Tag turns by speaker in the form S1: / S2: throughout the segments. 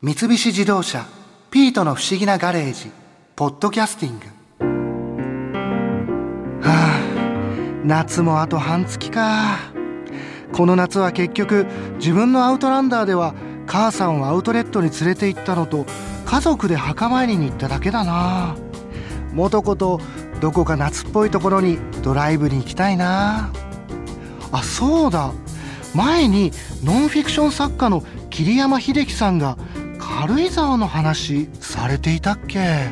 S1: 三菱自動車「ピートの不思議なガレージ」ポッドキャスティングはあ夏もあと半月かこの夏は結局自分のアウトランダーでは母さんをアウトレットに連れて行ったのと家族で墓参りに行っただけだな元子とどこか夏っぽいところにドライブに行きたいなあそうだ前にノンフィクション作家の桐山秀樹さんが軽井沢の話されていたっけ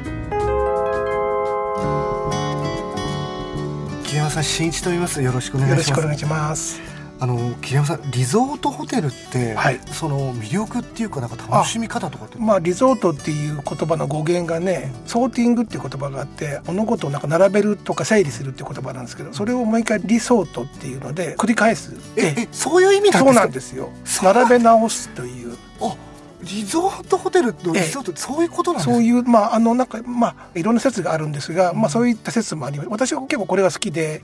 S1: 桐山さん新一と言いますよろしくお願いし
S2: よ
S1: ます
S2: ろしくお願いします。
S1: あの桐山さんリゾートホテルって、
S2: はい
S1: その魅力っていうかなんか楽しみ方とかって
S2: まあリゾートっていう言葉の語源がね、ソーティングっていう言葉があって、物事をなんか並べるとか整理するっていう言葉なんですけど、それをもう一回リソートっていうので繰り返す。
S1: ええそういう意味なん
S2: そ
S1: で
S2: う
S1: すか
S2: なんですよ
S1: そう。
S2: 並べ直すという。
S1: あリゾートホテルのリゾートってそういうことなんです
S2: そう
S1: か
S2: いうまああのなんかまあいろんな説があるんですが、まあそういった説もあります。私は結構これが好きで、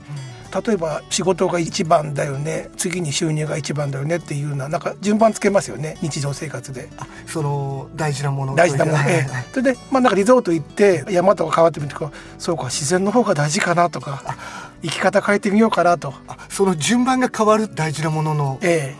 S2: 例えば仕事が一番だよね、次に収入が一番だよねっていうようななんか順番つけますよね、日常生活で。
S1: あその大事なもの
S2: 大事なも の
S1: という
S2: で
S1: か
S2: それでまあなんかリゾート行って山とか川ってみるとそうか自然の方が大事かなとか生き方変えてみようかなと、
S1: あその順番が変わる大事なものの
S2: え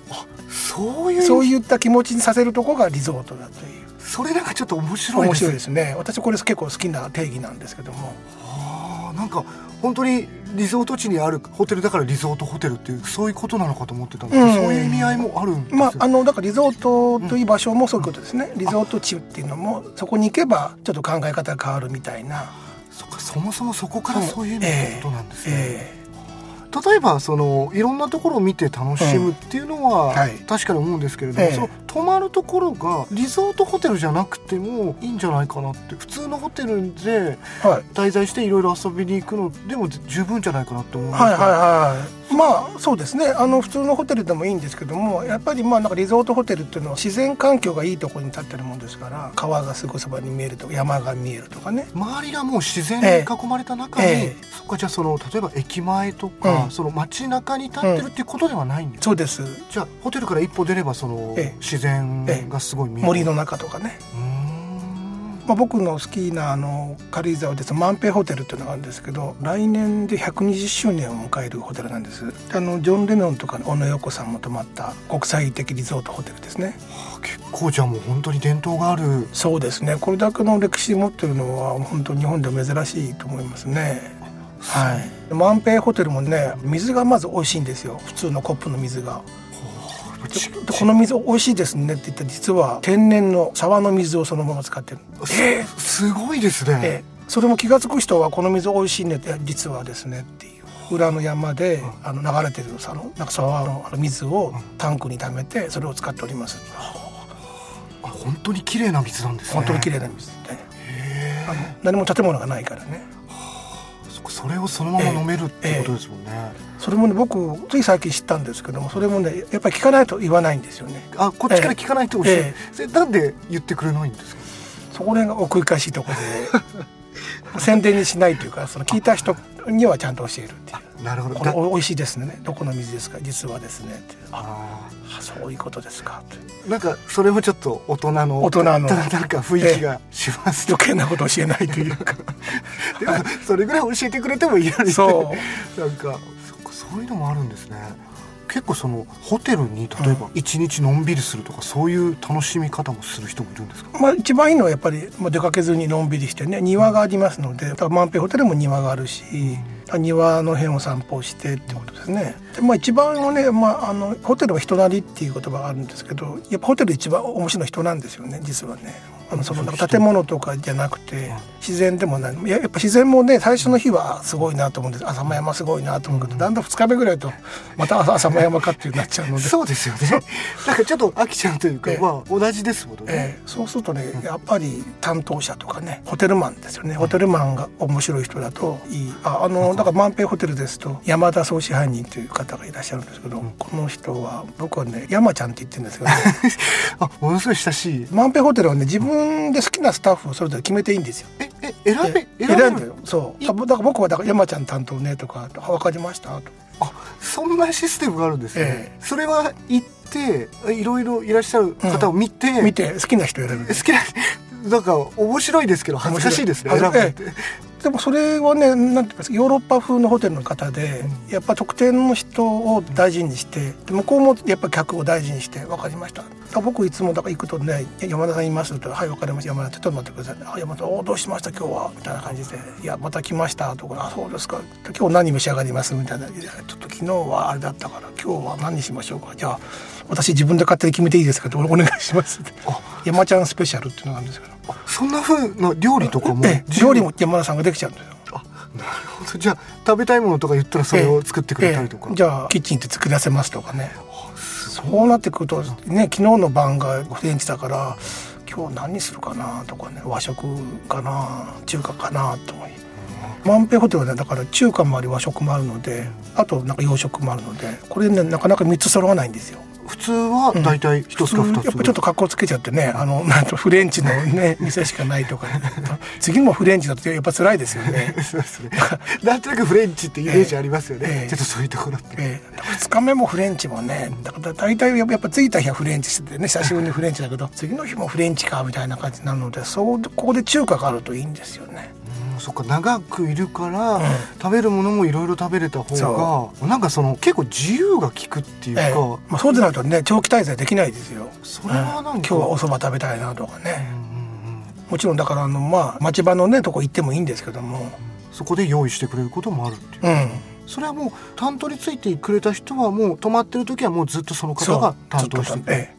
S1: そうい
S2: え、
S1: う
S2: そ
S1: そう
S2: いった気持ちにさせるとこがリゾートだという
S1: れなんかちょっと面白い
S2: 面
S1: です
S2: 白いですね私これ結構好きな定義なんですけども
S1: あーなんか本当にリゾート地にあるホテルだからリゾートホテルっていうそういうことなのかと思ってたんですけど、
S2: う
S1: そう
S2: ん
S1: いう意味合いもあるんですよ、
S2: まああのだからリゾートという場所もそういうことですね、リゾート地っていうのもそこに行けばちょっと考え方が変わるみたいな
S1: そっかそもそもそこからそういう意味のことなんですね、
S2: ええ
S1: 例えばそのいろんなところを見て楽しむっていうのは、
S2: うんはい
S1: 確かに思うんですけれども、
S2: ええ
S1: その泊まるところがリゾートホテルじゃなくてもいいんじゃないかなって普通のホテルで
S2: はい
S1: 滞在していろいろ遊びに行くのでも十分じゃないかなって思うんです
S2: はい
S1: け
S2: はい
S1: ど
S2: はい。まあそうですね。あの普通のホテルでもいいんですけども、やっぱりまあなんかリゾートホテルっていうのは自然環境がいいところに建ってるもんですから、川がすぐそばに見えるとか山が見えるとかね。
S1: 周りがもう自然に囲まれた中に、
S2: ええ
S1: そっかじゃあその例えば駅前とか、
S2: うん
S1: その街中に立ってるっていうことではないんですか、
S2: そうです。
S1: じゃあホテルから一歩出ればその、
S2: ええ
S1: 自然がすごい見える、
S2: 森の中とかね。
S1: うーん
S2: まあ僕の好きなあの軽井沢です万平ホテルっていうのがあるんですけど、来年で120周年を迎えるホテルなんです。あのジョンレノンとかの小野洋子さんも泊まった国際的リゾートホテルですね。
S1: あ結構じゃあもう本当に伝統がある
S2: そうですねこれだけの歴史持ってるのは本当日本では珍しいと思いますねはい万平ホテルもね水がまず美味しいんですよ普通のコップの水がで
S1: ち
S2: でこの水美味しいですねって言って実は天然の沢の水をそのまま使ってる
S1: すすごいですね、
S2: でそれも気が付く人はこの水美味しいねって実はですねっていう裏の山であの流れてるそのなんか沢のあの水をタンクに溜めてそれを使っております
S1: あ本当に綺麗な水なんですね
S2: 本当に綺
S1: 麗
S2: 麗な水で、ね、あの何も建物がないからね
S1: そそれをそのまま飲めるってことですもんね、
S2: それもね僕つい最近知ったんですけどもそれもねやっぱり聞かないと言わないんですよね
S1: あこっちから聞かないとおっしゃる、
S2: え
S1: それなんで言ってくれないんですか
S2: そこら辺が奥ゆかしいところで宣伝にしないというかその聞いた人にはちゃんと教えるっていう
S1: なるほど
S2: これお美味しいですねどこの水ですか実はですねってあ
S1: あ
S2: そういうことですかって
S1: ーなんかそれもちょっと大人の
S2: 大人
S1: な
S2: の
S1: んか雰囲気がしますね、
S2: 余計なこと教えないというか
S1: でもそれぐらい教えてくれてもいいのに
S2: そ う
S1: なんかそっかそういうのもあるんですね結構そのホテルに例えば一日のんびりするとか、そういう楽しみ方もする人もいるんですか
S2: まあ一番いいのはやっぱり、まあ、出かけずにのんびりしてね庭がありますので多分万平ホテルも庭があるし庭の辺を散歩してってことですねで、まあ、一番はね、まあ、あのホテルは人なりっていう言葉があるんですけどやっぱホテル一番面白い人なんですよね実はねあのそのなんか建物とかじゃなくて自然でもないいややっぱ自然もね最初の日はすごいなと思うんです浅間山すごいなと思うけどだんだん2日目ぐらいとまた浅間山かっていうなっちゃうので
S1: そうですよね。なんかちょっと飽きちゃうというか、
S2: ええ
S1: まあ同じですもんね。
S2: ええそうするとねやっぱり担当者とかねホテルマンですよねホテルマンが面白い人だといいああのだから万平ホテルですと山田総支配人という方がいらっしゃるんですけど、この人は僕はね山ちゃんって言ってるんですけど、ね、
S1: あ、ものすごい親しい。
S2: 万平ホテルはね自分で好きなスタッフをそれぞれ決めていいんですよ。
S1: え、え、選べ
S2: で、
S1: 選べ
S2: 選んだ
S1: る。
S2: よそう
S1: い
S2: だからだから僕はだから山ちゃん担当ねとか「あわかりました」と
S1: あ、そんなシステムがあるんですね
S2: え。
S1: それは行っていろいろいらっしゃる方を見て、
S2: 見て好きな人選ぶ
S1: 好きな なんか面白いですけど恥ずかしいですね
S2: 面
S1: 選ぶ
S2: 白い
S1: って
S2: でもそれはねなんていうかヨーロッパ風のホテルの方で、やっぱ特定の人を大事にして向こうもやっぱ客を大事にして分かりましたあ僕いつもだから行くとね「いや山田さんいます」と「はい分かりました山田ちょっと待ってください」あ「山田さんおどうしました今日は」みたいな感じで「いやまた来ました」とか「あそうですか今日何召し上がります」みたいな「いやちょっと昨日はあれだったから今日は何にしましょうかじゃあ私自分で勝手に決めていいですか」って「お願いします」って「山ちゃんスペシャル」っていうのがあるんですけど。
S1: そんな風な料理とかも
S2: ええ料理も山田さんができちゃうんですよ
S1: あなるほどじゃあ食べたいものとか言ったらそれを作ってくれたりと
S2: え
S1: か、
S2: えじゃあキッチンって作り出せますとかねそうなってくるとね昨日の晩がフレンチだから今日何にするかなとかね和食かな中華かなと思い万平ホテルはねだから中華もあり和食もあるのであとなんか洋食もあるのでこれねなかなか3つ揃わないんですよ
S1: 普通は大体一つか二つ、
S2: やっぱちょっと格好つけちゃってねあのなんとフレンチのね店しかないとか、 ね、次もフレンチだとやっぱ辛いですよね
S1: そうですねなんとなくフレンチってイメージありますよね、
S2: ええ
S1: ちょっとそういうところって、
S2: ええ2日目もフレンチもねだから大体やっぱ着いた日はフレンチしててね久しぶりにフレンチだけど次の日もフレンチかみたいな感じになるのでそうここで中華があるといいんですよね
S1: うんそっか長くいるから、食べるものもいろいろ食べれた方
S2: そ
S1: がなんかその結構自由が利くっていうか、
S2: ええまあ、そうでないとね長期滞在できないですよ
S1: それはなんか
S2: う今日はお蕎麦食べたいなとかね
S1: うんうんうん
S2: もちろんだからあのまあ町場のねとこ行ってもいいんですけども
S1: そこで用意してくれることもあるっていう、
S2: うん
S1: それはもう担当についてくれた人はもう泊まってる時はもうずっとその
S2: そ
S1: 方
S2: う
S1: が担当
S2: ず
S1: し
S2: ってとええ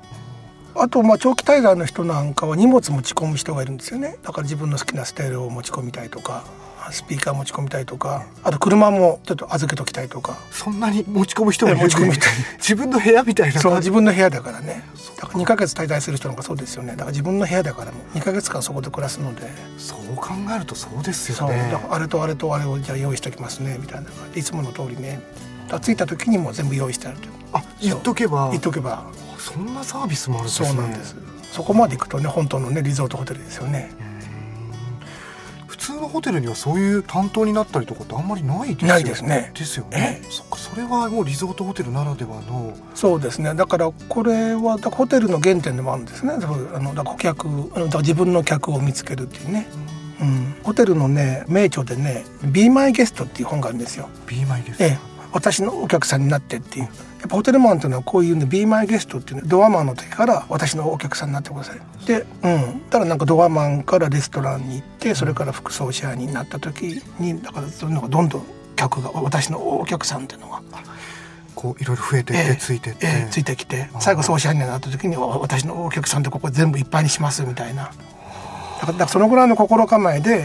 S2: あとまあ長期滞在の人なんかは荷物持ち込む人がいるんですよねだから自分の好きなステレオを持ち込みたいとかスピーカー持ち込みたいとかあと車もちょっと預けときたいとか
S1: そんなに持ち込む人もいるんで
S2: ええ持ち込む人
S1: 自分の部屋みたいな
S2: そう
S1: 感
S2: 自
S1: じ
S2: 分の部屋だからねだから2ヶ月滞在する人なんかそうですよねだから自分の部屋だからもう2ヶ月間そこで暮らすので
S1: そう考えるとそうです
S2: そ
S1: よ
S2: う
S1: ね
S2: だからあれとあれとあれをじゃあ用意しておきますねみたいな感じいつもの通りねだから着いた時にもう全部用意してあると
S1: あ言っとけば
S2: 言っとけば
S1: そんなサービスもあるんです
S2: そ
S1: ね
S2: うなんですそこまで行くとね本当のねリゾートホテルですよね
S1: 普通のホテルにはそういう担当になったりとかってあんまりないですよね
S2: ないですね
S1: ですよね、そっかそれはもうリゾートホテルならではの
S2: そうですねだからこれはだからホテルの原点でもあるんですねそういうあのだから顧客あのだから自分の客を見つけるっていうね、うん、ホテルのね名著でね「Be My Guest」っていう本があるんですよ、
S1: B マイです、
S2: ええ、私のお客さんになってっていうやっぱホテルマンっていうのはこういうね「Be My Guest」っていう、ね、ドアマンの時から私のお客さんになってくださいでうんだからなんかドアマンからレストランに行ってそれから副総支配人になった時にだからそういうのがどんどん客が私のお客さんっていうのが
S1: こういろいろ増えていって、ついていって、
S2: ええついてきて最後総支配人になった時にわ私のお客さんでここ全部いっぱいにしますみたいなだからだからそのぐらいの心構えで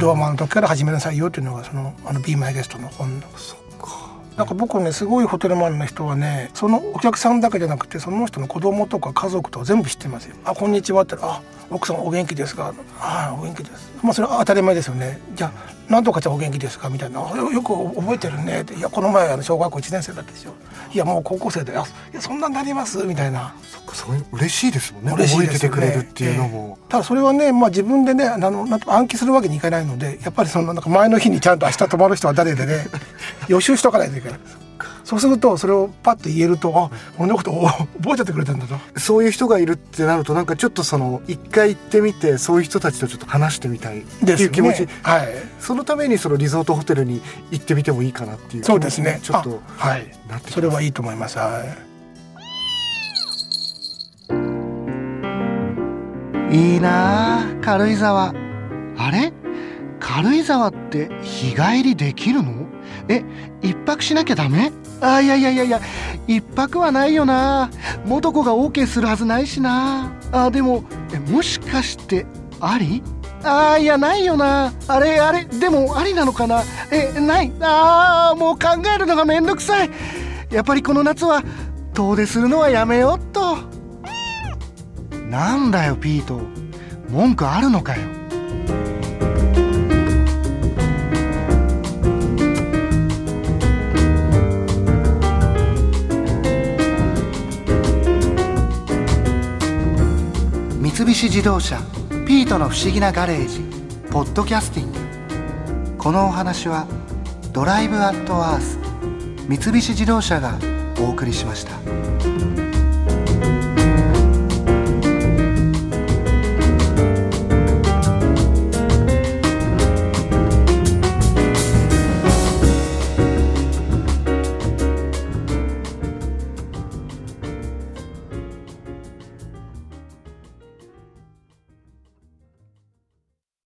S2: ドアマンの時から始めなさいよっていうのがその「あのビーマイゲストの本の
S1: そっか
S2: なんか僕ねすごいホテルマンの人はねそのお客さんだけじゃなくてその人の子供とか家族とか全部知ってますよ「あこんにちは」って言ったら「あ奥さんお元気ですか?」「あお元気です」まあそれは当たり前ですよね「じゃあなんとかちゃんお元気ですか?」みたいなあよ「よく覚えてるね」って「いやこの前あの小学校1年生だったでしょ」「いやもう高校生であいやそんなになります」みたいな。
S1: そっかそういう嬉しいですもんね
S2: 嬉しい
S1: 覚え
S2: で
S1: て
S2: す
S1: て
S2: よね
S1: くれるっていうのも、
S2: ええただそれはね、まあ、自分でねあのなんと暗記するわけにいかないのでやっぱりそのなんか前の日にちゃんと明日泊まる人は誰 でね予習しとかないといけないそうするとそれをパッと言えるとあ俺のことを覚えててくれたんだと
S1: そういう人がいるってなるとなんかちょっとその一回行ってみてそういう人たちとちょっと話してみたいって
S2: です
S1: い
S2: よ
S1: う気持ち、
S2: ね、はい
S1: そのためにそのリゾートホテルに行ってみてもいいかなっていう気
S2: そう
S1: 持
S2: で
S1: ち
S2: す
S1: に
S2: ね
S1: ちょっと
S2: あはい
S1: なってきます
S2: それはいいと思いますはい
S1: いいなあ軽井沢あれ軽井沢って日帰りできるのえ一泊しなきゃダメあいやいやいやいや一泊はないよな元子が OK するはずないしなあでもえもしかしてありあいやないよなあれあれでもありなのかなえないあーもう考えるのがめんどくさいやっぱりこの夏は遠出するのはやめよっと。なんだよピート文句あるのかよ三菱自動車ピートの不思議なガレージポッドキャスティングこのお話はドライブアットアース三菱自動車がお送りしました。